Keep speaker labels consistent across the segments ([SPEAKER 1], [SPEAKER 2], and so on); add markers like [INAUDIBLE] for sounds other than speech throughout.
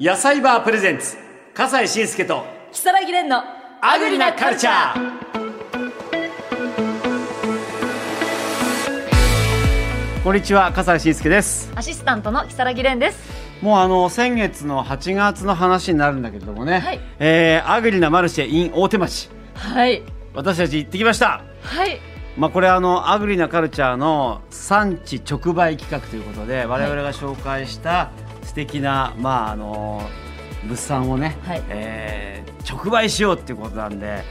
[SPEAKER 1] 野菜バープレゼンツ笠西慎介と
[SPEAKER 2] 木更木蓮の
[SPEAKER 1] アグリなカルチャーこんにちは笠西慎介です
[SPEAKER 2] ーアシスタントの木更木蓮です
[SPEAKER 1] もうあの先月の8月の話になるんだけれどもね、
[SPEAKER 2] はい
[SPEAKER 1] えーアグリなマルシェ in 大手町
[SPEAKER 2] はい
[SPEAKER 1] 私たち行ってきました
[SPEAKER 2] はい
[SPEAKER 1] まあこれあのアグリなカルチャーの産地直売企画ということで我々が紹介した素敵なまああの物産をね、
[SPEAKER 2] はい
[SPEAKER 1] えー直売しようっていうことなんで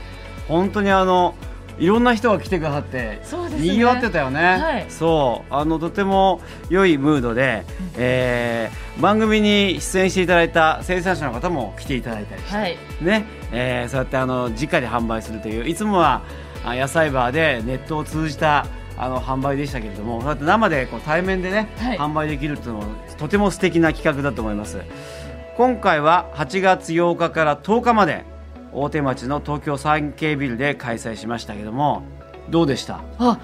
[SPEAKER 1] 本当にあのいろんな人が来てくださって
[SPEAKER 2] そうですね
[SPEAKER 1] 賑わってたよね、
[SPEAKER 2] はい
[SPEAKER 1] そうあのとても良いムードで、えー番組に出演していただいた生産者の方も来ていただいたりして、
[SPEAKER 2] はい
[SPEAKER 1] ねえーそうやってあの直で販売するといういつもはあ野菜バーでネットを通じたあの販売でしたけれどもそうやって生でこう対面でね、
[SPEAKER 2] はい
[SPEAKER 1] 販売できるというのもとても素敵な企画だと思います今回は8月8日から10日まで大手町の東京産経ビルで開催しましたけどもどうでした
[SPEAKER 2] あ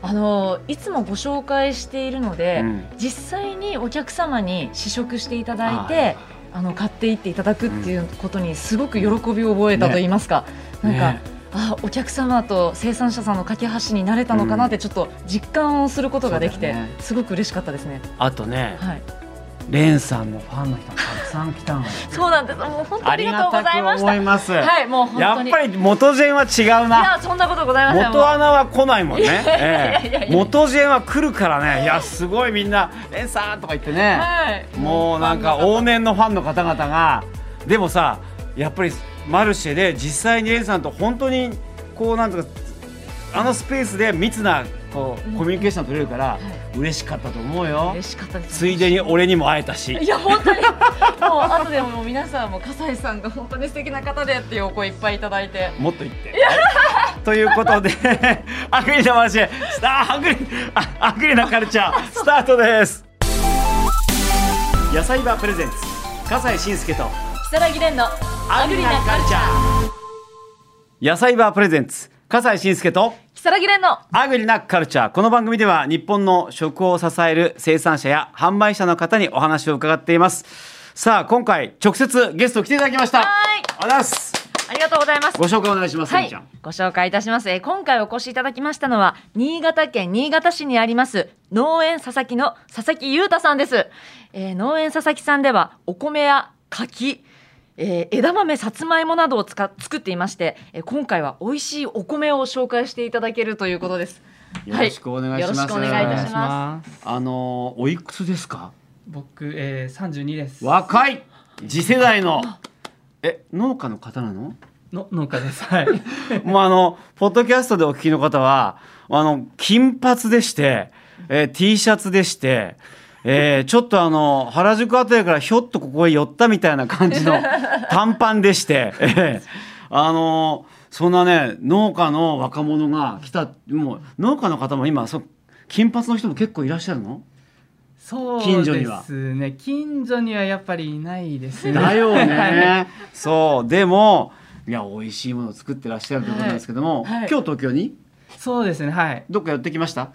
[SPEAKER 2] あのーいつもご紹介しているので、
[SPEAKER 1] うん
[SPEAKER 2] 実際にお客様に試食していただいてあの買っていっていただくっていうことにすごく喜びを覚えたと言いますか、
[SPEAKER 1] ね
[SPEAKER 2] なんか、
[SPEAKER 1] ね
[SPEAKER 2] あお客様と生産者さんの架け橋になれたのかなってちょっと実感をすることができ
[SPEAKER 1] そう
[SPEAKER 2] て、
[SPEAKER 1] だよね
[SPEAKER 2] すごく嬉しかったですね。
[SPEAKER 1] あとね
[SPEAKER 2] はい、
[SPEAKER 1] レンさんのファンの人がたくさん来たのよ
[SPEAKER 2] そうなんです。もう本当ありがとうございました。
[SPEAKER 1] ありがたく思います
[SPEAKER 2] はい、もう本
[SPEAKER 1] や
[SPEAKER 2] 当
[SPEAKER 1] っ
[SPEAKER 2] に。
[SPEAKER 1] ぱり元ジェンは違うない
[SPEAKER 2] や、そんなことございません。
[SPEAKER 1] 元アナは来ないもんね、
[SPEAKER 2] [LAUGHS] いやいや
[SPEAKER 1] え
[SPEAKER 2] い
[SPEAKER 1] え、
[SPEAKER 2] や
[SPEAKER 1] 元ジェンは来るからね、いや、すごいみんな、レンさんとか言ってね、
[SPEAKER 2] はい。
[SPEAKER 1] もうなんか往年のファンの方々が、でもさ、やっぱりマルシェで実際にレンさんと本当に、こうなんとか、あのスペースで密なこうコミュニケーション取れるから、嬉しかったと思うよ、
[SPEAKER 2] 嬉しかったです。
[SPEAKER 1] ついでに俺にも会えたし
[SPEAKER 2] い。や本当にもう後でもう皆さんも笠井さんが本当に素敵な方でっていうお声いっぱいいただいて
[SPEAKER 1] もっと言って。ということで、 [LAUGHS] アグリなマルシェ、スターアグリ、あアグリなカルチャー、スタートです。野菜場プレゼンツ、笠西慎介と、
[SPEAKER 2] 如月蓮のアグリなカルチャー
[SPEAKER 1] 野菜場プレゼンツ、笠西慎介と、
[SPEAKER 2] 如月蓮の
[SPEAKER 1] アグリなカルチャー。この番組では、日本の食を支える生産者や販売者の方にお話を伺っています。さあ、今回、直接ゲスト来ていただきました。
[SPEAKER 2] はーい
[SPEAKER 1] ありがとうございます。
[SPEAKER 2] ありがとうございます
[SPEAKER 1] ご紹介お願いします、
[SPEAKER 2] は
[SPEAKER 1] みー
[SPEAKER 2] い
[SPEAKER 1] ちゃん。、
[SPEAKER 2] ご紹介いたします。えー今回お越しいただきましたのは、新潟県新潟市にあります、農園佐々木の佐々木裕太さんです。えー農園佐々木さんでは、お米や柿、えー枝豆、さつまいもなどを使っ作っていまして、えー今回は美味しいお米を紹介していただけるということです。
[SPEAKER 1] よろしくお願いします。
[SPEAKER 2] はい、よろしくお願いいたします。
[SPEAKER 1] あのーおいくつですか？
[SPEAKER 3] 僕、えー、32です。
[SPEAKER 1] 若い次世代のえ農家の方なの？
[SPEAKER 3] の農家です。はい。
[SPEAKER 1] もうあのポッドキャストでお聞きの方はあの金髪でして、えー、T シャツでして。えーちょっとあの原宿あたりからひょっとここへ寄ったみたいな感じの短パンでして、えーあのーそんなね農家の若者が来たもう農家の方も今そう金髪の人も結構いらっしゃるの
[SPEAKER 3] そう
[SPEAKER 1] 近所には
[SPEAKER 3] ですね。近所にはやっぱりいないですね。
[SPEAKER 1] だよね。そう、でも、いや、美味しいものを作ってらっしゃるということなんですけども、
[SPEAKER 2] はいはい
[SPEAKER 1] 今日東京に。
[SPEAKER 3] そうですね。はい。
[SPEAKER 1] どっか寄ってきました。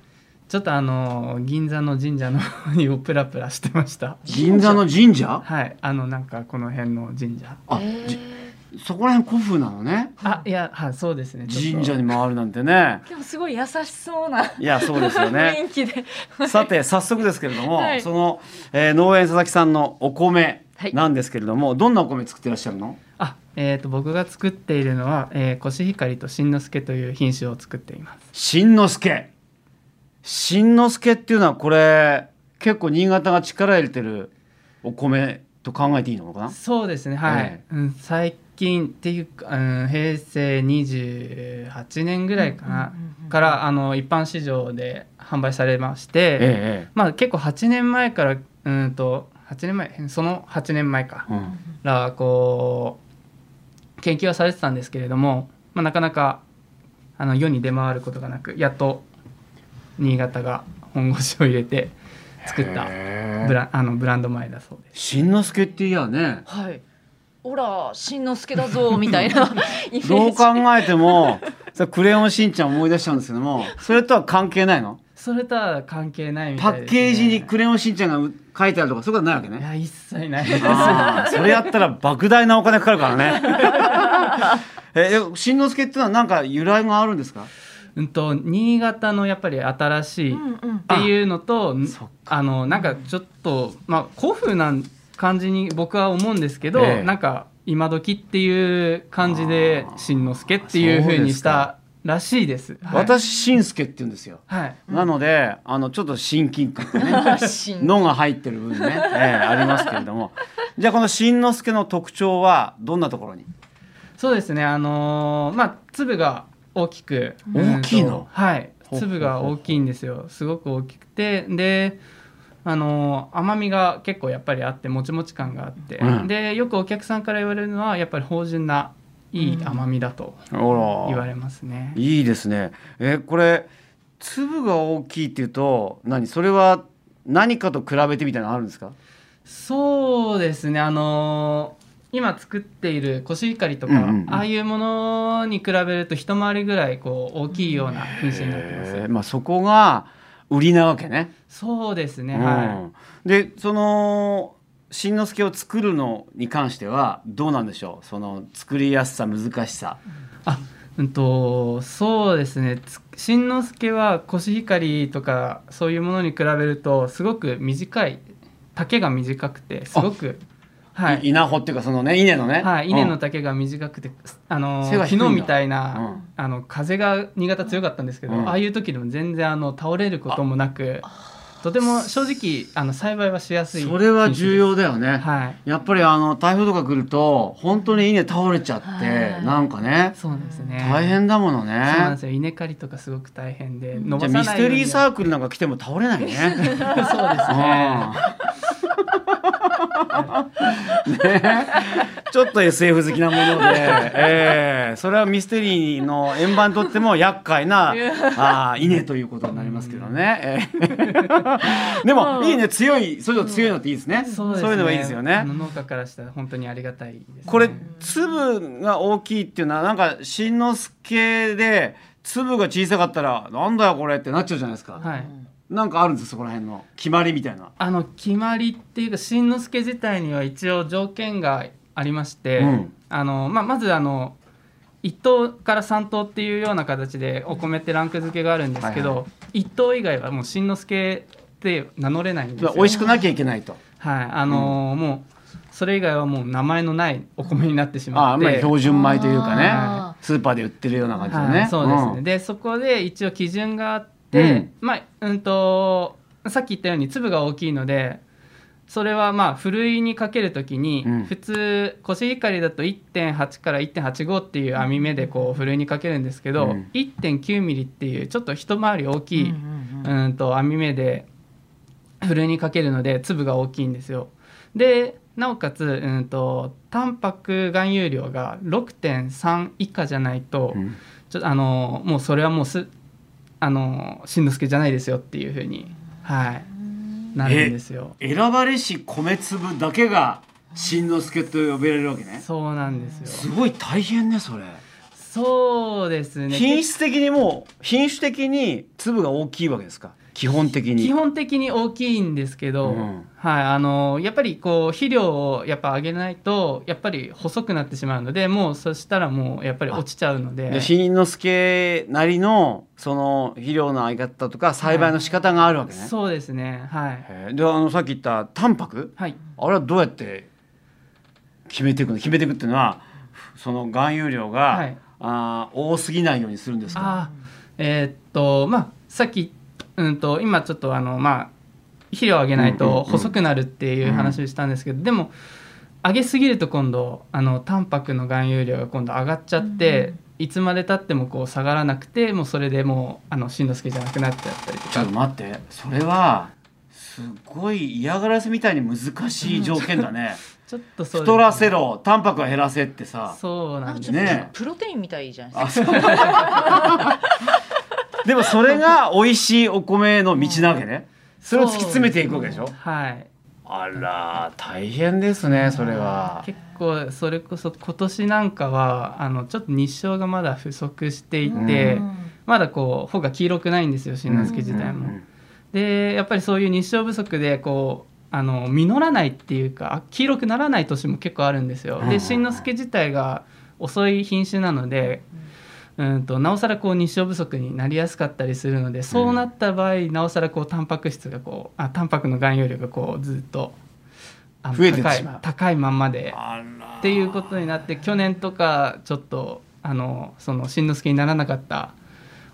[SPEAKER 3] ちょっとあのー銀座の神社の方にをプラプラしてました。
[SPEAKER 1] 銀座の神社。
[SPEAKER 3] はい。あのなんかこの辺の神社。
[SPEAKER 1] あ、じそこら辺古風なのね。
[SPEAKER 3] あ、いや、はい、そうですね。ちょっと
[SPEAKER 1] 神社に回るなんてね。
[SPEAKER 2] でもすごい優しそうな。
[SPEAKER 1] いや、そうですよね。
[SPEAKER 2] [LAUGHS] 雰囲気で。
[SPEAKER 1] さて、早速ですけれども、
[SPEAKER 2] はい
[SPEAKER 1] その、えー農園佐々木さんのお米
[SPEAKER 2] はい
[SPEAKER 1] なんですけれども、どんなお米作ってらっしゃるの。
[SPEAKER 3] あ、えっ、と僕が作っているのは、えー、コシヒカリと新之助という品種を作っています。
[SPEAKER 1] しんのすけ。しんのすけっていうのは、これ、結構新潟が力入れてるお米と考えていいのかな。
[SPEAKER 3] そうですねはい、
[SPEAKER 1] え
[SPEAKER 3] うん、最近っていうか、うん、平成28年ぐらいかな、
[SPEAKER 2] うんうんうんうん
[SPEAKER 3] からあの一般市場で販売されまして、
[SPEAKER 1] ええええ。
[SPEAKER 3] まあ結構8年前からうんと8年前その8年前か
[SPEAKER 1] うん
[SPEAKER 3] らこう研究はされてたんですけれども、まあ、なかなかあの世に出回ることがなくやっと新潟が本腰を入れて作ったブラあのブランド米だそうです。
[SPEAKER 1] しんのすけっていやね
[SPEAKER 2] はい。オラ、しんのすけだぞ、みたいな
[SPEAKER 1] [LAUGHS]
[SPEAKER 2] イメー
[SPEAKER 1] [LAUGHS]
[SPEAKER 2] ジ。
[SPEAKER 1] どう考えてもそれクレヨンしんちゃん思い出しちゃうんですけどもそれとは関係ないの
[SPEAKER 3] それとは関係ないみた
[SPEAKER 1] パ
[SPEAKER 3] いです、ね、
[SPEAKER 1] ッケージにクレヨンしんちゃんがう書いてあるとかそういうことないわけ
[SPEAKER 3] い
[SPEAKER 1] ね
[SPEAKER 3] や一切ない
[SPEAKER 1] [LAUGHS] あーそれやったら莫大なお金かかるからね [LAUGHS] ええしんのすけっていうのはなんか由来があるんですか
[SPEAKER 3] うんと新潟のやっぱり新しいっ
[SPEAKER 2] うんうん
[SPEAKER 3] ていうのと、ん
[SPEAKER 1] そっ
[SPEAKER 3] あのなんかちょっとまあ古風な感じに僕は思うんですけど、
[SPEAKER 1] ええ
[SPEAKER 3] なんか今時っていう感じで
[SPEAKER 1] あー
[SPEAKER 3] しんのすけっていう風にしたらしいです。はい、
[SPEAKER 1] 私しんすけって言うんですよ
[SPEAKER 3] はい
[SPEAKER 1] なのであのちょっと親近感がね [LAUGHS]
[SPEAKER 2] しん
[SPEAKER 1] のが入ってる部分ね、ええありますけれどもじゃあこのしんのすけの特徴はどんなところに
[SPEAKER 3] そうですね。あのーまあ粒が大きく
[SPEAKER 1] 大きいの
[SPEAKER 3] うんとはい
[SPEAKER 1] ほうほうほう
[SPEAKER 3] 粒が大きいんですよ。すごく大きくてで。あのー甘みが結構やっぱりあってもちもち感があって、
[SPEAKER 1] うん
[SPEAKER 3] でよくお客さんから言われるのはやっぱり芳醇ないい甘みだと
[SPEAKER 1] ほ
[SPEAKER 3] 言われますね。
[SPEAKER 1] いいですねえこれ粒が大きいっていうと何それは何かと比べてみたいなのあるんですか
[SPEAKER 3] そうですねあのー今作っているコシヒカリとか、
[SPEAKER 1] うんうんうん
[SPEAKER 3] ああいうものに比べると一回りぐらいこう大きいような品種になってます。
[SPEAKER 1] えーまあ、そこが売りなわけね。
[SPEAKER 3] そうですね、
[SPEAKER 1] うん
[SPEAKER 3] はい
[SPEAKER 1] でそのしんのすけを作るのに関してはどうなんでしょうその作りやすさ難しさ。
[SPEAKER 3] あうんとそうですねつしんのすけはコシヒカリとかそういうものに比べるとすごく短い丈が短くてすごくはい、
[SPEAKER 1] 稲穂っていうかそのね稲のね。
[SPEAKER 3] はい、稲の
[SPEAKER 1] うん
[SPEAKER 3] 丈が短くて、あの
[SPEAKER 1] 背が低いんだ
[SPEAKER 3] 昨日みたいうな、
[SPEAKER 1] ん
[SPEAKER 3] あの風が新潟強かったんですけど、
[SPEAKER 1] うん
[SPEAKER 3] ああいう時でも全然あの倒れることもなくとても正直あの栽培はしやすい
[SPEAKER 1] それは重要だよね。
[SPEAKER 3] はい
[SPEAKER 1] やっぱりあの台風とか来ると本当に稲倒れちゃって、
[SPEAKER 2] はい
[SPEAKER 1] なんかね
[SPEAKER 3] そうですね
[SPEAKER 1] 大変だものね。
[SPEAKER 3] そうなんですよ稲刈りとかすごく大変で伸
[SPEAKER 1] じゃ
[SPEAKER 3] ば
[SPEAKER 1] あ
[SPEAKER 3] さない
[SPEAKER 1] ミステリー
[SPEAKER 3] ー
[SPEAKER 1] サークルなんか来ても倒れないね。
[SPEAKER 3] [LAUGHS] そうですね
[SPEAKER 1] ね、ちょっと SF 好きなもので、えーそれはミステリーの円盤にとっても厄介なあー稲ということになりますけどね、え
[SPEAKER 3] [LAUGHS]
[SPEAKER 1] ーでも、いいね強いそういうの強いのっていいですね,、
[SPEAKER 3] そうですね
[SPEAKER 1] いうのがいいですよ
[SPEAKER 3] あ
[SPEAKER 1] ね
[SPEAKER 3] の。農家からしたら本当にありがたいですね、
[SPEAKER 1] これ粒が大きいっていうのはなんかしんのすけで粒が小さかったらなんだよこれってなっちゃうじゃないですか、
[SPEAKER 3] はい
[SPEAKER 1] なんかあるんですよそこら辺の決まりみたいな。
[SPEAKER 3] あの決まりっていうかしんのすけ自体には一応条件がありまして、
[SPEAKER 1] うん
[SPEAKER 3] あのまあ、まずあの1等から3等っていうような形でお米ってランク付けがあるんですけ
[SPEAKER 1] はい
[SPEAKER 3] ど、一1等以外はもうしんのすけって名乗れないんですよ
[SPEAKER 1] 美味しくなきゃいけないと。
[SPEAKER 3] はいあのーもうそれ以外はもう名前のないお米になってし
[SPEAKER 1] あ
[SPEAKER 3] ま
[SPEAKER 1] あ
[SPEAKER 3] っ
[SPEAKER 1] んま
[SPEAKER 3] て
[SPEAKER 1] り標準米というか
[SPEAKER 2] あ
[SPEAKER 1] ねスーパーで売ってるような感じだね、
[SPEAKER 3] はいそうですね、
[SPEAKER 1] ん
[SPEAKER 3] でそこで一応基準があって、まあうんとさっき言ったように粒が大きいのでそれはまあふるいにかけるときに、
[SPEAKER 1] うん
[SPEAKER 3] 普通コシヒカリだと1.8から1.85っていう網目でこうふるいにかけるんですけ
[SPEAKER 1] う
[SPEAKER 3] ど、
[SPEAKER 1] ん
[SPEAKER 3] 1.9ミリっていうちょっと一回り大きい、
[SPEAKER 2] うんうん
[SPEAKER 3] うんと網目でふるいにかけるので粒が大きいんですよ。でなおかつうんとタンパク含有量が6.3以下じゃないと、
[SPEAKER 1] うん
[SPEAKER 3] ちょっとあのもうそれはもうすあのしんのすけじゃないですよっていうふうに、はい、なるんですよ。
[SPEAKER 1] 選ばれし米粒だけがしんのすけと呼べられるわけね
[SPEAKER 3] そうなんです
[SPEAKER 1] す
[SPEAKER 3] よ。
[SPEAKER 1] ごい大変ねそれ
[SPEAKER 3] そうですね。
[SPEAKER 1] 品質的にもう品種的に粒が大きいわけですか基本的に
[SPEAKER 3] 基本的に大きいんですけど、
[SPEAKER 1] うん
[SPEAKER 3] はい、あのやっぱりこう肥料をやっぱ上げないとやっぱり細くなってしまうのでもうそしたらもうやっぱり落ちちゃうので
[SPEAKER 1] でしんのすけなりのその肥料のあり方とか栽培の仕方があるわけね、
[SPEAKER 3] そうですねはい、
[SPEAKER 1] へえであのさっき言ったタンパク
[SPEAKER 3] はい、
[SPEAKER 1] あれはどうやって決めていくの決めていくっていうのはその含有量が、
[SPEAKER 3] はい
[SPEAKER 1] あー多すぎないようにするんですか
[SPEAKER 3] あーえーっとまあさっき、うん、と今ちょっとあのまあ肥料を上げな
[SPEAKER 1] う
[SPEAKER 3] い
[SPEAKER 1] んうんう
[SPEAKER 3] と
[SPEAKER 1] ん
[SPEAKER 3] 細くなるっていう話をしたんですけど、でも上げすぎると今度あのタンパクの含有量が今度上がっちゃって、
[SPEAKER 2] うん
[SPEAKER 3] いつまでたってもこう下がらなくてもうそれでもうあのしんのすけじゃなくなっちゃったりと
[SPEAKER 1] ちょっ
[SPEAKER 3] か
[SPEAKER 1] と待ってそれはすごい嫌がらせみたいに難しい条件だね
[SPEAKER 3] ちょっと [LAUGHS] そうですね
[SPEAKER 1] 太らせろタンパクは減らせってさ
[SPEAKER 3] そう
[SPEAKER 2] な
[SPEAKER 3] なんん
[SPEAKER 2] かち
[SPEAKER 3] です
[SPEAKER 2] ょっと
[SPEAKER 1] ね
[SPEAKER 2] プロテインみたいじゃないですか
[SPEAKER 1] あそうでもそれが美味しいお米の道なわけ
[SPEAKER 3] [LAUGHS]
[SPEAKER 1] ねそれを突き詰めていくわけでしょ
[SPEAKER 3] はい
[SPEAKER 1] あら大変ですねそれは
[SPEAKER 3] 結構それこそ今年なんかはあのちょっと日照がまだ不足していて、
[SPEAKER 2] うん
[SPEAKER 3] まだこう穂が黄色くないんですよしんのすけ自
[SPEAKER 1] う
[SPEAKER 3] 体も。
[SPEAKER 1] んうんうん
[SPEAKER 3] でやっぱりそういう日照不足でこうあの実らないっていうか黄色くならない年も結構あるんですよ。
[SPEAKER 1] うん
[SPEAKER 3] で新之助自体が遅い品種なので、うん、となおさらこう日照不足になりやすかったりするのでそうなった場合、なおさらこうタンパク質がこうあタンパクの含有量がこうずっとあの
[SPEAKER 1] 増えてって
[SPEAKER 3] 高
[SPEAKER 1] し
[SPEAKER 3] い
[SPEAKER 1] まう
[SPEAKER 3] 高いまんまで
[SPEAKER 1] あら
[SPEAKER 3] っていうことになって去年とかちょっとあのその新之助にならなかった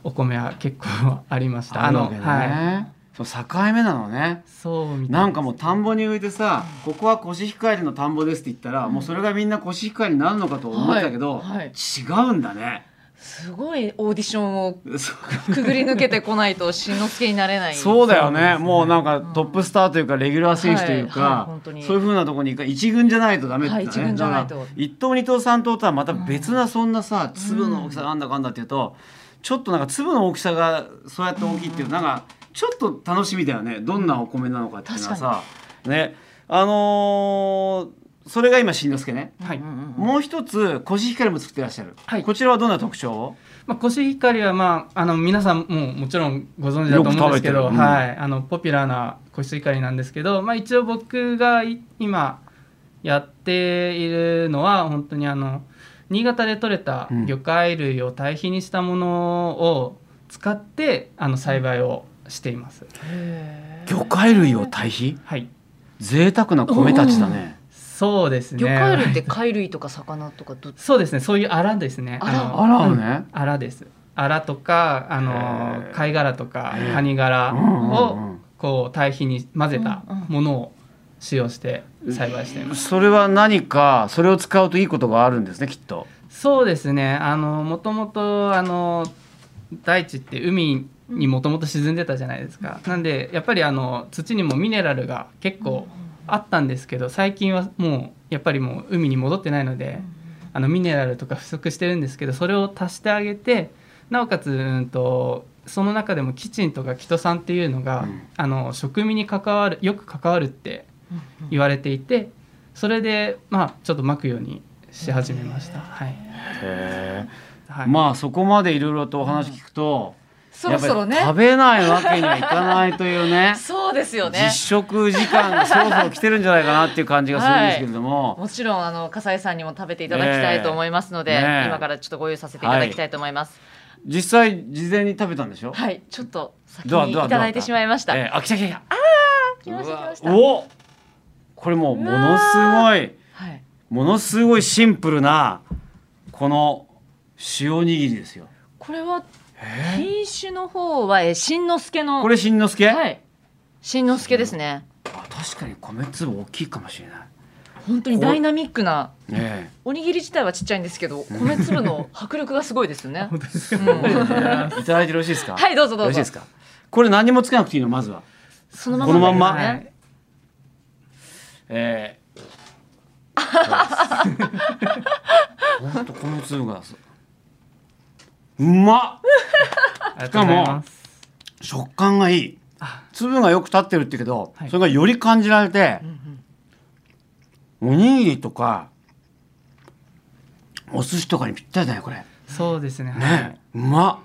[SPEAKER 3] お米は結構ありました。
[SPEAKER 1] ある
[SPEAKER 3] の
[SPEAKER 1] わけね、
[SPEAKER 3] はい
[SPEAKER 1] そう境目なのね
[SPEAKER 3] そうみたい
[SPEAKER 1] なんかもう田んぼに植えてさ「ここはコシヒカリの田んぼです」って言ったら、もうそれがみんなコシヒカリになるのかと思ったけど、
[SPEAKER 2] はいはい
[SPEAKER 1] 違うんだね。
[SPEAKER 2] すごいオーディションを
[SPEAKER 1] そう
[SPEAKER 2] くぐり抜けてこないとしんのすけになれない
[SPEAKER 1] そうだよね
[SPEAKER 3] そうですね
[SPEAKER 1] もうなんかトップスターというかレギュラー選手というか、
[SPEAKER 2] はいはい本当に
[SPEAKER 1] そういうふうなところに一軍じゃないとダメってね、
[SPEAKER 2] はい一軍じゃないと
[SPEAKER 1] だから一等二等三等とはまた別なそんなさ、粒の大きさがあんだかんだっていうとちょっとなんか粒の大きさがそうやって大きいっていう、なんかちょっと楽しみだよねどんなお米なのかっていうのはさ、ねあのーそれが今しんのすけね、
[SPEAKER 3] はい
[SPEAKER 1] もう一つコシヒカリも作ってらっしゃる、
[SPEAKER 3] はい
[SPEAKER 1] こちらはどんな特徴を
[SPEAKER 3] まあ、コシヒカリは、まあ、あの皆さんももちろんご存知だと思うんですけど、
[SPEAKER 1] よく食べてるうん
[SPEAKER 3] はい、あのポピュラーなコシヒカリなんですけど、まあ、一応僕がい今やっているのは本当にあの新潟で取れた
[SPEAKER 1] うん
[SPEAKER 3] 魚介類を堆肥にしたものを使って、あの栽培をしています。
[SPEAKER 2] へー
[SPEAKER 1] 魚介類を堆肥
[SPEAKER 3] はい、
[SPEAKER 1] 贅沢な米たちだね。
[SPEAKER 3] そうですね
[SPEAKER 2] 魚介類って貝類とか魚とかどっち
[SPEAKER 3] そうですねそういうアラですね。
[SPEAKER 2] アラ
[SPEAKER 3] の
[SPEAKER 1] あらね、
[SPEAKER 3] アラです。アラとかあ
[SPEAKER 1] へー
[SPEAKER 3] の貝殻とか
[SPEAKER 1] へー
[SPEAKER 3] カニ殻
[SPEAKER 1] うんうんう
[SPEAKER 3] を
[SPEAKER 1] ん
[SPEAKER 3] こう堆肥に混ぜた
[SPEAKER 2] うんうん
[SPEAKER 3] ものを使用して栽培しています。
[SPEAKER 1] それは何かそれを使うといいことがあるんですねきっと。
[SPEAKER 3] そうですね。あのもともとあの大地って海にもともと沈んでたじゃないですか。なんでやっぱりあの土にもミネラルが結構あったんですけど、最近はもうやっぱりもう海に戻ってないので、あのミネラルとか不足してるんですけど、それを足してあげて、なおかつうんとその中でもキチンとかキト酸っていうのが、
[SPEAKER 1] うん
[SPEAKER 3] あの食味に関わるよく関わるって言われていて、それでまあちょっとまくようにし始めました。はい。
[SPEAKER 1] へ
[SPEAKER 3] はい、
[SPEAKER 1] まあそこまでいろいろとお話聞くと、
[SPEAKER 2] そろそろね
[SPEAKER 1] やっぱり食べないわけにはいかないというね
[SPEAKER 2] [LAUGHS] そうですよね
[SPEAKER 1] 実食時間がそろそろ来てるんじゃないかなっていう感じがするんですけれども、
[SPEAKER 2] もちろんあの笠井さんにも食べていただきたいと思いますので、
[SPEAKER 1] ねえねえ
[SPEAKER 2] 今からちょっとご用意させていただきたいと思います
[SPEAKER 1] 実際事前に食べたんでしょ、
[SPEAKER 2] はい、ちょっと先
[SPEAKER 1] どうだ
[SPEAKER 2] に
[SPEAKER 1] ど
[SPEAKER 2] いう
[SPEAKER 1] だ
[SPEAKER 2] ただいてしまいました、
[SPEAKER 1] えー、あ来た来た来た
[SPEAKER 2] 来ました来まし
[SPEAKER 1] う
[SPEAKER 2] た
[SPEAKER 1] わおこれもうものすごい
[SPEAKER 2] はい、
[SPEAKER 1] ものすごいシンプルなこの塩握りですよ。
[SPEAKER 2] これは品種の方はえ新之助の
[SPEAKER 1] これしんのすけ、
[SPEAKER 2] はい新之助ですね
[SPEAKER 1] あ確かに米粒大きいかもしれない。
[SPEAKER 2] 本当にダイナミックな
[SPEAKER 1] ね
[SPEAKER 2] おにぎり自体はちっちゃいんですけど米粒の迫力がすごいです
[SPEAKER 1] [LAUGHS]
[SPEAKER 2] よね
[SPEAKER 1] え
[SPEAKER 2] うん
[SPEAKER 1] いただいてよろしいですか。
[SPEAKER 2] はいどうぞど
[SPEAKER 1] よ
[SPEAKER 2] うぞ
[SPEAKER 1] ろしいですか。これ何もつけなくていいのまずは。
[SPEAKER 2] そのま
[SPEAKER 1] こ
[SPEAKER 2] ま
[SPEAKER 1] のまんま
[SPEAKER 2] でいいですね
[SPEAKER 1] え [LAUGHS] ー。本当米粒がそう。うまっ。
[SPEAKER 3] しかも
[SPEAKER 1] 食感がいい
[SPEAKER 3] あ。
[SPEAKER 1] 粒がよく立ってるって言うけど、
[SPEAKER 3] はい
[SPEAKER 1] それがより感じられて、おにぎりとかお寿司とかにぴったりだねこれ。
[SPEAKER 3] そうですね。はい
[SPEAKER 1] ね、うまっ。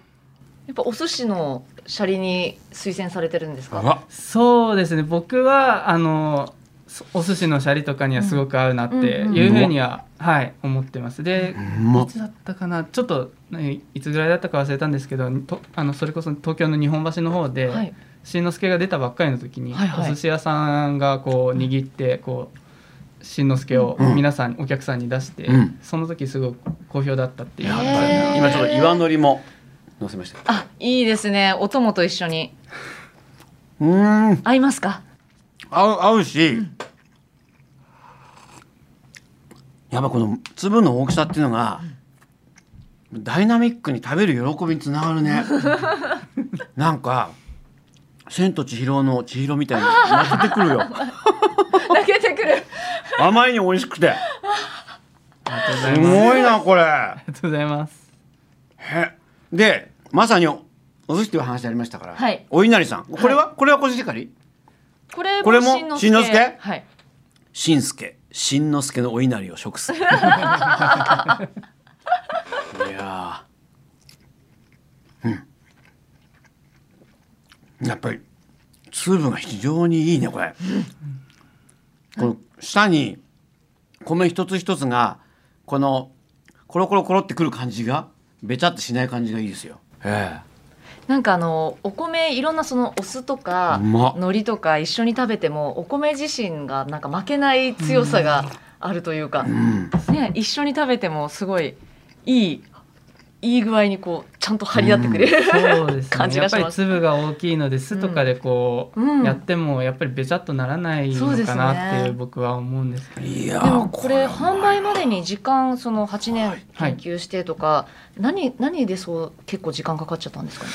[SPEAKER 2] やっぱお寿司のシャリに推薦されてるんです
[SPEAKER 1] う
[SPEAKER 2] か
[SPEAKER 1] わ
[SPEAKER 3] そうですね。僕はあのそお寿司のシャリとかにはすごく合うなって
[SPEAKER 2] うん
[SPEAKER 3] いうふうには、はい思ってます。で、
[SPEAKER 1] うま
[SPEAKER 3] い
[SPEAKER 1] っ。
[SPEAKER 3] つだったかな。ちょっとねいつぐらいだったか忘れたんですけど、とあのそれこそ東京の日本橋の方で、
[SPEAKER 2] はい
[SPEAKER 3] しんのすけが出たばっかりの時に、
[SPEAKER 2] はいはい
[SPEAKER 3] お寿司屋さんがこう握ってこうしんのすけを
[SPEAKER 1] うん
[SPEAKER 3] 皆さん、お客さんに出して、
[SPEAKER 1] うん
[SPEAKER 3] その時すごく好評だったっていう。
[SPEAKER 1] やっぱり
[SPEAKER 2] へ
[SPEAKER 1] ね
[SPEAKER 2] ー
[SPEAKER 1] 今ちょっと岩のりも乗せました。
[SPEAKER 2] あいいですねお供と一緒に
[SPEAKER 1] うーん、
[SPEAKER 2] 合います
[SPEAKER 1] [LAUGHS]
[SPEAKER 2] か
[SPEAKER 1] 合う合うし、やっぱこの粒の大きさっていうのが、ダイナミックに食べる喜びにつながるね。なんか千と千尋の千尋みたいに泣けてくるよ。
[SPEAKER 2] 泣けてくる
[SPEAKER 1] あまりに美味しくて、
[SPEAKER 3] ありがとうござい
[SPEAKER 1] す
[SPEAKER 3] ます。
[SPEAKER 1] ごいなこれ。
[SPEAKER 3] ありがとうございます。
[SPEAKER 1] へで、まさにおお寿司という話でありましたから、
[SPEAKER 2] はい
[SPEAKER 1] お稲荷さん、これは、これはコシヒカリ？
[SPEAKER 2] これも
[SPEAKER 1] これもしんのすけ
[SPEAKER 2] はい
[SPEAKER 1] しんすけしんのすけのお稲荷を食す [LAUGHS] いやーうんやっぱり粒が非常にいいねこれこの下に米一つ一つがこのコロコロコロってくる感じがべちゃってしない感じがいいですよ。え
[SPEAKER 2] なんかあのお米いろんなそのお酢とか
[SPEAKER 1] うまっ
[SPEAKER 2] 海苔とか一緒に食べてもお米自身がなんか負けない強さがあるというか
[SPEAKER 1] え、うん、
[SPEAKER 2] ね一緒に食べてもすごいいいいい具合にこうちゃんと張り合ってくれる、
[SPEAKER 3] そうです
[SPEAKER 2] 感
[SPEAKER 3] ね
[SPEAKER 2] じ
[SPEAKER 3] や
[SPEAKER 2] が
[SPEAKER 3] っ
[SPEAKER 2] し
[SPEAKER 3] ぱり
[SPEAKER 2] ます。
[SPEAKER 3] 粒が大きいので酢とかでこう、
[SPEAKER 2] うん
[SPEAKER 3] やってもやっぱりべちゃっとならない
[SPEAKER 2] そうで
[SPEAKER 3] の
[SPEAKER 2] す
[SPEAKER 3] か
[SPEAKER 2] ね
[SPEAKER 3] なっていう僕は思うんですけど
[SPEAKER 1] いや
[SPEAKER 2] [LAUGHS] でも
[SPEAKER 1] ー
[SPEAKER 2] これ販売までに時間その8年研究してとか、何何でそう結構時間かかっちゃったんですかね。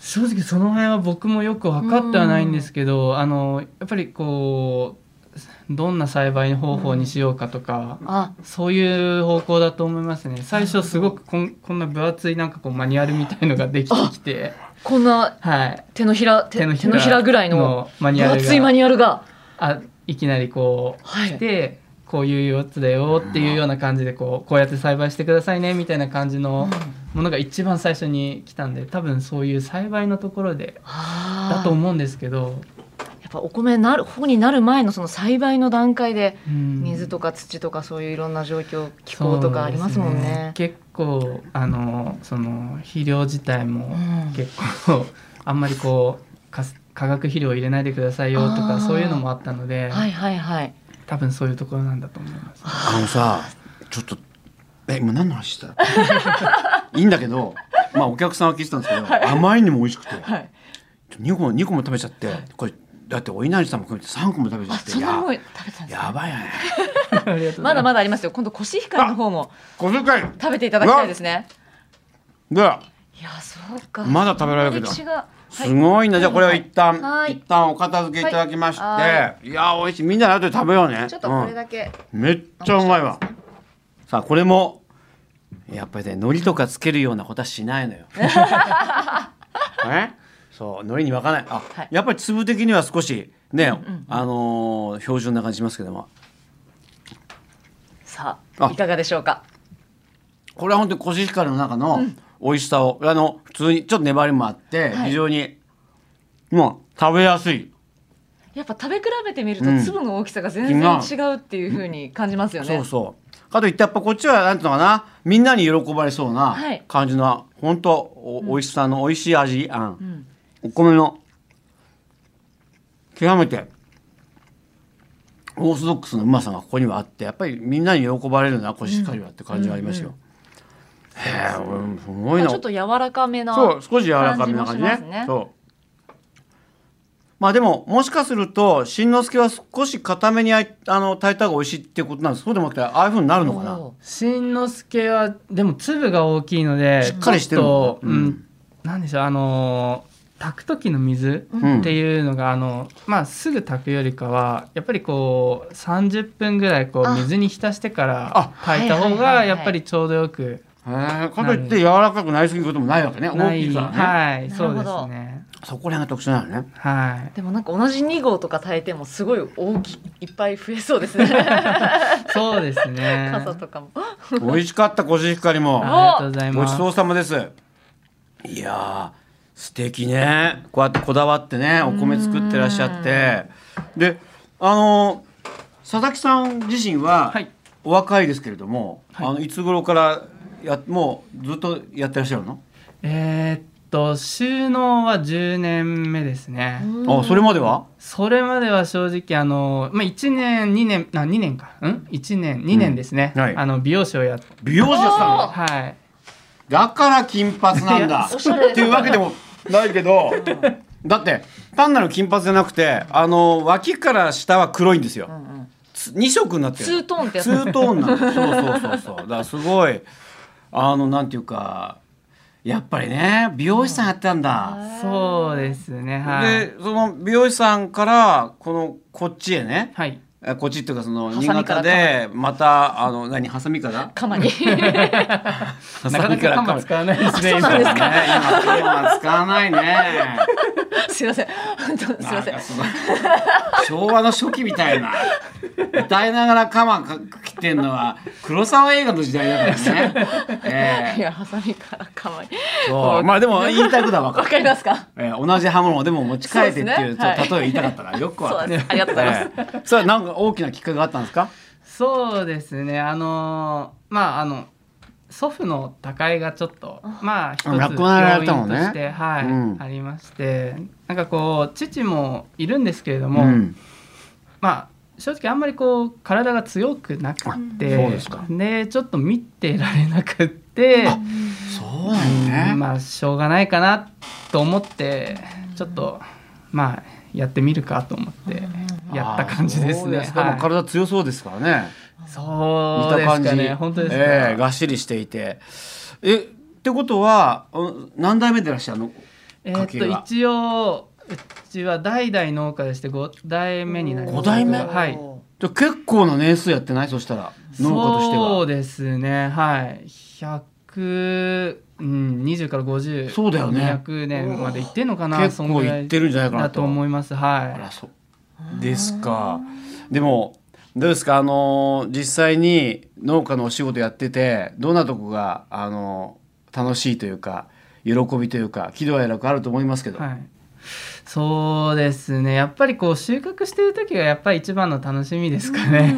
[SPEAKER 3] 正直その辺は僕もよく分かってはないんですけど、あのやっぱりこうどんな栽培方法にしようかとか、
[SPEAKER 2] あ
[SPEAKER 3] そういう方向だと思いますね最初すごくこんこんな分厚いなんかこうマニュアルみたいのができてきて、
[SPEAKER 2] こんな
[SPEAKER 3] はい、
[SPEAKER 2] 手のひら手手のひらぐらいの
[SPEAKER 3] マニュ
[SPEAKER 2] 分
[SPEAKER 3] アル
[SPEAKER 2] 厚いマ
[SPEAKER 3] が
[SPEAKER 2] ニュアルが。
[SPEAKER 3] あいきなりこう
[SPEAKER 2] はい
[SPEAKER 3] 来てこういうやつだよっていうような感じでこうこうやって栽培してくださいねみたいな感じのものが一番最初に来たんで多分そういう栽培のところでだ
[SPEAKER 2] だ
[SPEAKER 3] と思うんですけど、
[SPEAKER 2] やっぱお米なる方になる前のその栽培の段階で
[SPEAKER 3] うん
[SPEAKER 2] 水とか土とかそういういろんな状況気候とかありますもんね。
[SPEAKER 3] そうです結構あのその肥料自体
[SPEAKER 2] う
[SPEAKER 3] も
[SPEAKER 2] ん
[SPEAKER 3] 結構 [LAUGHS] あんまりこうかす化学肥料を入れないでくださいよと
[SPEAKER 2] あ
[SPEAKER 3] か
[SPEAKER 2] ー
[SPEAKER 3] そういうのもあったので、
[SPEAKER 2] はいはいはい。
[SPEAKER 3] 多分そういうところなんだと思います。
[SPEAKER 2] [LAUGHS]
[SPEAKER 1] あのさちょっとえ今何の話してた [LAUGHS] いいんだけどまあお客さんは聞いてたんですけど、あまりにも美味しくて、
[SPEAKER 2] はい。
[SPEAKER 1] 二個も二個も食べちゃってこれだってお稲荷さんも含めて三個も食べちゃ
[SPEAKER 2] あ
[SPEAKER 1] って
[SPEAKER 2] そんなにも
[SPEAKER 1] や
[SPEAKER 2] う食べてたんです
[SPEAKER 1] や
[SPEAKER 2] か。
[SPEAKER 1] ばいよね。
[SPEAKER 3] ありがとうござ
[SPEAKER 2] ま
[SPEAKER 3] い
[SPEAKER 2] だ
[SPEAKER 3] ま
[SPEAKER 2] まだありますよ。今度コシヒカリの方も
[SPEAKER 1] 小遣い
[SPEAKER 2] 食べていただきたいですね。
[SPEAKER 1] で
[SPEAKER 2] いやそうか。
[SPEAKER 1] まだ食べられるけど
[SPEAKER 2] 歴史がはい
[SPEAKER 1] すごいな、じゃあこれは一旦、
[SPEAKER 2] はい
[SPEAKER 1] 一旦お片付けいただきまして、、
[SPEAKER 2] はい
[SPEAKER 1] やー美味しいみんなで後で食べようね
[SPEAKER 2] ちょっとこれだけ。
[SPEAKER 1] うんめっちゃうまいわさあこれもやっぱりね海苔とかつけるようなことはしないの [LAUGHS] よえそう海苔に巻かないあ、
[SPEAKER 2] はい
[SPEAKER 1] やっぱり粒的には少しね、
[SPEAKER 2] ん
[SPEAKER 1] あのー標準な感じしますけども
[SPEAKER 2] さ
[SPEAKER 1] あ
[SPEAKER 2] あいかがでしょうか。
[SPEAKER 1] これは本当にコシヒカリの中の美味しさを、あの普通にちょっと粘りもあって、
[SPEAKER 2] はい
[SPEAKER 1] 非常にもう食べやすい
[SPEAKER 2] やっぱ食べ比べてみる
[SPEAKER 1] うん
[SPEAKER 2] と粒の大きさが全然違うっていう風に感じますよね。
[SPEAKER 1] そうそう。かといってやっぱこっちはなんていうのかなみんなに喜ばれそうな
[SPEAKER 2] はい
[SPEAKER 1] 感じの、本当お美味しさの美味しい味、あん
[SPEAKER 2] ん
[SPEAKER 1] お米の極めてオーソドックスのうまさがここにはあってやっぱりみんなに喜ばれるなコシヒカリはって感じがありますよ。へえ俺もすごいな
[SPEAKER 2] まあちょっと柔らかめな。
[SPEAKER 1] そう少し柔らかめな感じね
[SPEAKER 2] 感じもしますね
[SPEAKER 1] そうまあでももしかすると新之助は少し固めにあいあの炊いた方が美味しいってことなんですそうでもなくてああいうふうになるのかな
[SPEAKER 2] おー
[SPEAKER 3] しんのすけはでも粒が大きいので
[SPEAKER 1] しっかりしてる
[SPEAKER 3] ちょっと、
[SPEAKER 1] うん
[SPEAKER 3] うん、なんでしょうあのー炊く時の水
[SPEAKER 1] うん
[SPEAKER 3] っていうのが、あのまあすぐ炊くよりかはやっぱりこう30分ぐらいこ
[SPEAKER 2] あ
[SPEAKER 3] う水に浸してか
[SPEAKER 1] あ
[SPEAKER 3] ら炊いた方
[SPEAKER 2] はいはいは
[SPEAKER 3] が
[SPEAKER 2] い
[SPEAKER 3] やっぱりちょうどよく
[SPEAKER 1] へえかといって柔らかくなりすぎることもないわけね
[SPEAKER 3] な
[SPEAKER 1] 大
[SPEAKER 3] い
[SPEAKER 1] きいからね、
[SPEAKER 3] はい
[SPEAKER 2] なる
[SPEAKER 3] そ
[SPEAKER 2] ほ
[SPEAKER 3] う
[SPEAKER 2] ど
[SPEAKER 3] ですね
[SPEAKER 1] そこら辺が特殊なのね
[SPEAKER 3] はい
[SPEAKER 2] でもなんか同じ2号とか炊いてもすごい大きいいっぱい増えそうですね
[SPEAKER 3] そうですね
[SPEAKER 1] [LAUGHS]
[SPEAKER 2] [LAUGHS] 傘とかも
[SPEAKER 1] 美味しかったコシヒカリ
[SPEAKER 2] [LAUGHS]
[SPEAKER 1] も
[SPEAKER 3] ありがとうござい
[SPEAKER 1] ご
[SPEAKER 3] ま
[SPEAKER 1] ち
[SPEAKER 3] す
[SPEAKER 1] そうさまですいやー素敵ねこうやってこだわってねお米作ってらっしゃってであの佐々木さん自身は、
[SPEAKER 3] はい
[SPEAKER 1] お若いですけれども、
[SPEAKER 3] はい
[SPEAKER 1] あのいつ頃からやもうずっとやってらっしゃるの、
[SPEAKER 3] えーっと収納は10年目ですね、
[SPEAKER 1] あそれまでは
[SPEAKER 3] それまでは正直あの、まあ、1年2年あ2年かうん1年2年ですね、
[SPEAKER 1] うんはい
[SPEAKER 3] あの美容師をやっ
[SPEAKER 1] 美容師だったんだ
[SPEAKER 3] はい
[SPEAKER 1] だから金髪なんだ
[SPEAKER 2] いやおしゃれ
[SPEAKER 1] っていうわけでもないけどだって単なる金髪じゃなくてあの脇から下は黒いんですよ、
[SPEAKER 2] うんうん
[SPEAKER 1] つ二2色になってる
[SPEAKER 2] ツートーンってやつ
[SPEAKER 1] ツートーンなのそうそうそうそうだからすごいあのなんていうかやっぱりね美容師さんやってたんだ、
[SPEAKER 3] そうですねはい
[SPEAKER 1] でその美容師さんからこのこっちへね、
[SPEAKER 3] はい
[SPEAKER 1] えこっちっていうかその
[SPEAKER 2] ハ
[SPEAKER 1] 新
[SPEAKER 2] サミから
[SPEAKER 1] 潟でまたあの何ハサミかな
[SPEAKER 2] 鎌に [LAUGHS]
[SPEAKER 1] ハ
[SPEAKER 3] なかなか鎌使わないです
[SPEAKER 2] あ
[SPEAKER 3] ね
[SPEAKER 2] そうなんですか
[SPEAKER 1] ね今今使わないね
[SPEAKER 2] すいません本当すいません
[SPEAKER 1] なんかすごい [LAUGHS] 昭和の初期みたいな歌いながら鎌か切ってんのは黒沢映画の時代だからね、え
[SPEAKER 2] いやハサミから鎌に
[SPEAKER 1] えそうまあでも言いたいことは分
[SPEAKER 2] わ [LAUGHS]
[SPEAKER 1] かる、
[SPEAKER 2] かりますか
[SPEAKER 1] ええ同じ刃物でも持ち替えてっていう
[SPEAKER 2] そうです
[SPEAKER 1] 例
[SPEAKER 2] ね
[SPEAKER 1] え言いたかったからよく分か
[SPEAKER 2] そう
[SPEAKER 1] る
[SPEAKER 2] ですありがとうございます
[SPEAKER 1] ええさあなんか大きなきっかけがあったんですか
[SPEAKER 3] [LAUGHS] そうですねあのーまああの祖父の他界がちょっとまあ一つ
[SPEAKER 1] 亡くなられたのね
[SPEAKER 3] 要因として、はい
[SPEAKER 1] うん
[SPEAKER 3] ありましてなんかこう父もいるんですけれども、
[SPEAKER 1] うん
[SPEAKER 3] まあ正直あんまりこう体が強くなくて
[SPEAKER 1] あそうですか
[SPEAKER 3] でちょっと見てられなくって
[SPEAKER 1] そうなんだね、
[SPEAKER 3] まあしょうがないかなと思ってちょっとまあやってみるかと思ってやった感じですね。
[SPEAKER 1] あーそうか
[SPEAKER 3] はい
[SPEAKER 1] まあ体強そうですからね。
[SPEAKER 3] そうですかね。本当ですね。
[SPEAKER 1] ええがっしりしていて。え、ってことは、うん何代目でいらっしゃるの。
[SPEAKER 3] えーっ
[SPEAKER 1] 家計は
[SPEAKER 3] と一応うちは代々農家でして5代目になります
[SPEAKER 1] 五代目
[SPEAKER 3] はい
[SPEAKER 1] じゃあ結構な年数やってない、そしたら。農家として
[SPEAKER 3] そう
[SPEAKER 1] は。
[SPEAKER 3] ですねはい100うん20から50
[SPEAKER 1] そうだよね
[SPEAKER 3] 200年までいってんのかな
[SPEAKER 1] 結構いってるんじゃないかな
[SPEAKER 3] だ
[SPEAKER 1] と
[SPEAKER 3] と思いますは
[SPEAKER 1] あら
[SPEAKER 3] い
[SPEAKER 1] そうですか。でもどうですかあの実際に農家のお仕事やっててどんなとこがあの楽しいというか喜びというか喜怒哀楽あると思いますけど。
[SPEAKER 3] はいそうですねやっぱりこう収穫してる時がやっぱり一番の楽しみですかね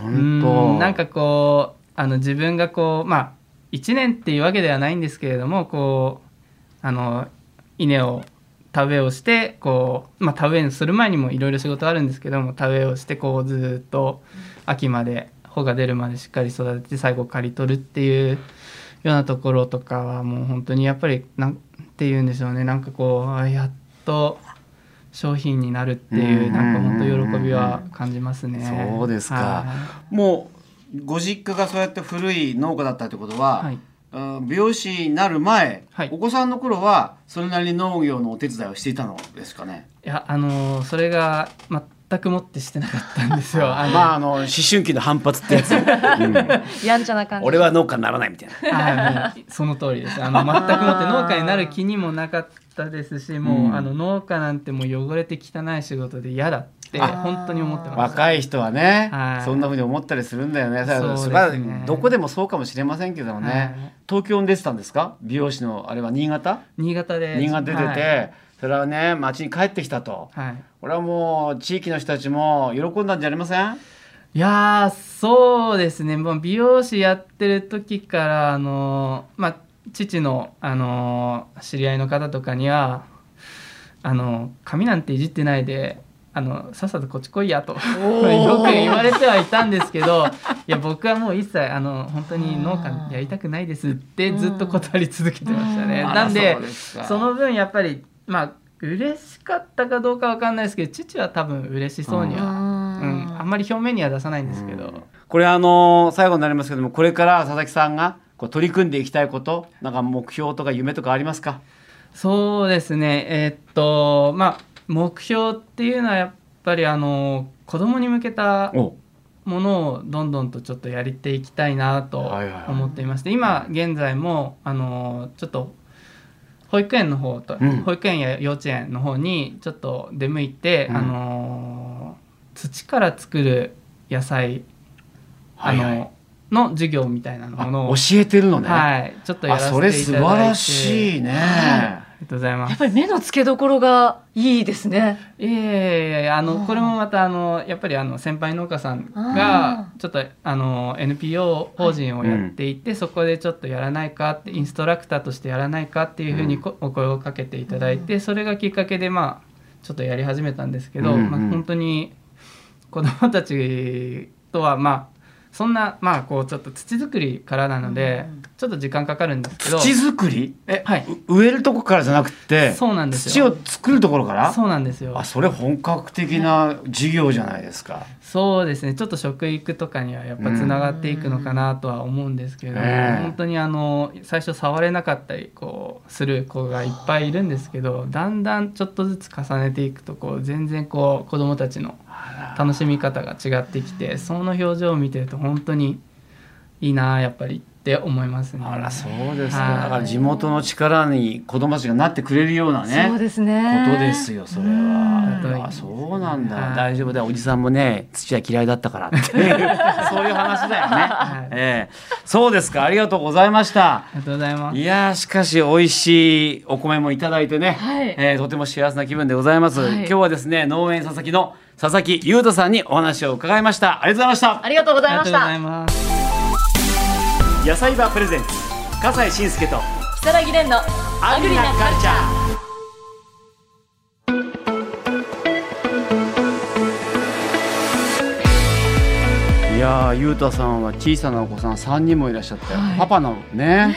[SPEAKER 1] 本
[SPEAKER 3] う
[SPEAKER 1] 当。
[SPEAKER 3] んなんかこうあの自分がこうまあ1年っていうわけではないんですけれどもこうあの稲を田植えをしてこう、まあ、田植えする前にもいろいろ仕事あるんですけども田植えをしてこうずっと秋まで穂が出るまでしっかり育てて最後刈り取るっていうようなところとかはもう本当にやっぱりなんて言うんでしょうねなんかこうあやっと商品になるっていううんなんか本当喜びは感じますね。
[SPEAKER 1] そうですか
[SPEAKER 3] はい
[SPEAKER 1] もうご実家がそうやって古い農家だったってことは、
[SPEAKER 3] はい、
[SPEAKER 1] うん美容師になる前、
[SPEAKER 3] はい
[SPEAKER 1] お子さんの頃はそれなりに農業のお手伝いをしていたのですかね。
[SPEAKER 3] いやあのーそれが全くもってしてなかったんですよ。あ
[SPEAKER 1] [LAUGHS]
[SPEAKER 3] の
[SPEAKER 1] まああの思春期の反発ってやつ、うん
[SPEAKER 2] やんちゃな感じ
[SPEAKER 1] 俺は農家にならないみたいな。
[SPEAKER 3] はいもうその通りです。あの全くもって農家になる気にもなかったですし、もう、
[SPEAKER 1] うん
[SPEAKER 3] あの農家なんてもう汚れて汚い仕事で嫌だって
[SPEAKER 1] あ
[SPEAKER 3] 本当に思ってました。
[SPEAKER 1] 若い人はね、
[SPEAKER 3] はい
[SPEAKER 1] そんなふうに思ったりするんだよねそれ
[SPEAKER 3] そう
[SPEAKER 1] は
[SPEAKER 3] ですね
[SPEAKER 1] それはどこでもそうかもしれませんけどもね、
[SPEAKER 3] はい
[SPEAKER 1] 東京に出てたんですか美容師のあれは新潟
[SPEAKER 3] 新潟で
[SPEAKER 1] 新潟出てて、
[SPEAKER 3] はい
[SPEAKER 1] それはね町に帰ってきたと
[SPEAKER 3] はい
[SPEAKER 1] これはもう地域の人たちも喜んだんじゃありません
[SPEAKER 3] いやーそうですね、もう美容師やってる時からあのーまあ父のあのー知り合いの方とかにはあの髪なんていじってないであのさっさとこっち来いやと [LAUGHS] よく言われてはいたんですけどいや僕はもう一切あの本当に農家やりたくないですってずっと断り続けてましたね。
[SPEAKER 1] あら
[SPEAKER 3] なんで
[SPEAKER 1] そうですか
[SPEAKER 3] その分やっぱりまあ嬉しかったかどうかわかんないですけど父は多分嬉しそうにはうん、あんまり表面には出さないんですけど、
[SPEAKER 1] これあの最後になりますけどもこれから佐々木さんがこう取り組んでいきたいことなんか目標とか夢とかありますか
[SPEAKER 3] そうですねえーっとまあ目標っていうのはやっぱりあの子供に向けた
[SPEAKER 1] お
[SPEAKER 3] ものをどんどんとちょっとやりていきたいなと
[SPEAKER 1] はいはいはい
[SPEAKER 3] 思っていまして、今現在もあのちょっと保育園の方と、
[SPEAKER 1] うん
[SPEAKER 3] 保育園や幼稚園の方にちょっと出向いて、
[SPEAKER 1] うん
[SPEAKER 3] あの土から作る野菜、
[SPEAKER 1] はいはい
[SPEAKER 3] あのの授業みたいな
[SPEAKER 1] あ
[SPEAKER 3] のを
[SPEAKER 1] 教えてるのね、
[SPEAKER 3] はい、ちょっとや
[SPEAKER 1] あ
[SPEAKER 3] らせてい
[SPEAKER 1] そ
[SPEAKER 3] ただ
[SPEAKER 1] れ
[SPEAKER 3] いて
[SPEAKER 1] 素晴ら
[SPEAKER 3] い。
[SPEAKER 1] しいね、
[SPEAKER 2] は
[SPEAKER 3] ありがとうございま
[SPEAKER 2] やっ
[SPEAKER 3] す。
[SPEAKER 2] ぱり目の付けどころがいいですね
[SPEAKER 3] いやいやいやいやあ
[SPEAKER 2] あー
[SPEAKER 3] のこれもまたあのやっぱりあの先輩農家さん
[SPEAKER 2] あ
[SPEAKER 3] がちょっとあの NPO 法人をやっていて、そこでちょっとやらないかってインストラクターとしてやらないかっていうふうにこお声をかけていただいて、それがきっかけでまあちょっとやり始めたんですけど、
[SPEAKER 1] うんうん
[SPEAKER 3] まあ、本当に子どもたちとはまあそんなまあこうちょっと土作りからなので、
[SPEAKER 2] うん
[SPEAKER 3] ちょっと時間かかるんですけど
[SPEAKER 1] 土作りえ、
[SPEAKER 3] はいう
[SPEAKER 1] 植えるとこからじゃなくて
[SPEAKER 3] そうなんですよ
[SPEAKER 1] 土を作るところから
[SPEAKER 3] そうなんですよ
[SPEAKER 1] あそれ本格的な事業じゃないですか、
[SPEAKER 3] そうですねちょっと食育とかにはやっぱつながっていくのかなとは思うんですけれども、
[SPEAKER 1] うんええ
[SPEAKER 3] 本当にあの最初触れなかったりこうする子がいっぱいいるんですけどだんだんちょっとずつ重ねていくとこう全然こう子どもたちの楽しみ方が違ってきてその表情を見てると本当にいいなやっぱりって思いますね。
[SPEAKER 1] あらそうです
[SPEAKER 3] は
[SPEAKER 1] か
[SPEAKER 3] い
[SPEAKER 1] だから地元の力に子供たちがなってくれるような
[SPEAKER 2] そう
[SPEAKER 1] ね
[SPEAKER 2] ですね
[SPEAKER 1] ことですよそれ
[SPEAKER 3] うん
[SPEAKER 1] はあそうなんだ、
[SPEAKER 3] はい
[SPEAKER 1] 大丈夫だよおじさんもね土は嫌いだったから
[SPEAKER 3] [LAUGHS]
[SPEAKER 1] っていうそういう話だよね、
[SPEAKER 3] はい
[SPEAKER 1] ええそうですかありがとうございました
[SPEAKER 3] ありがとうございます
[SPEAKER 1] いやーしかし美味しいお米もいただいてね、
[SPEAKER 2] はい
[SPEAKER 1] えーとても幸せな気分でございます、
[SPEAKER 2] はい
[SPEAKER 1] 今日はですね農園佐々木の佐々木裕太さんにお話を伺いましたありがとうございま
[SPEAKER 2] ありがとうござい
[SPEAKER 3] あ
[SPEAKER 2] ま
[SPEAKER 3] り
[SPEAKER 2] し
[SPEAKER 3] がとうござ
[SPEAKER 2] た
[SPEAKER 3] います。
[SPEAKER 1] した野菜バープレゼンツ笠西慎介と
[SPEAKER 2] 如月蓮のアグリなカルチャー
[SPEAKER 1] いやー、ゆうたさんは小さなお子さん3人もいらっしゃって、
[SPEAKER 2] はい
[SPEAKER 1] パパなのね。そん
[SPEAKER 2] ね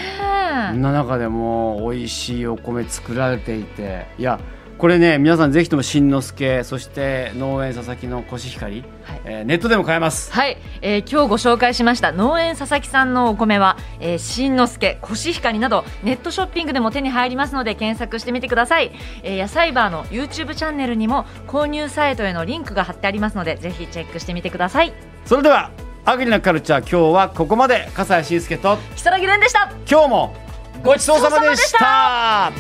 [SPEAKER 1] な中でも美味しいお米作られていて、いや、これね、皆さんぜひともしんのすけ、そして農園佐々木のコシヒカリ、
[SPEAKER 2] はい
[SPEAKER 1] えーネットでも買えます
[SPEAKER 2] え。はい、えー今日ご紹介しました農園佐々木さんのお米は、えー、新之助コシヒカリなどネットショッピングでも手に入りますので検索してみてください、えー野菜バーの YouTube チャンネルにも購入サイトへのリンクが貼ってありますのでぜひチェックしてみてください
[SPEAKER 1] それでは、アグリなカルチャー、今日はここまで、笠西慎介と、
[SPEAKER 2] 如月蓮でした
[SPEAKER 1] 今日もごちそうさまでした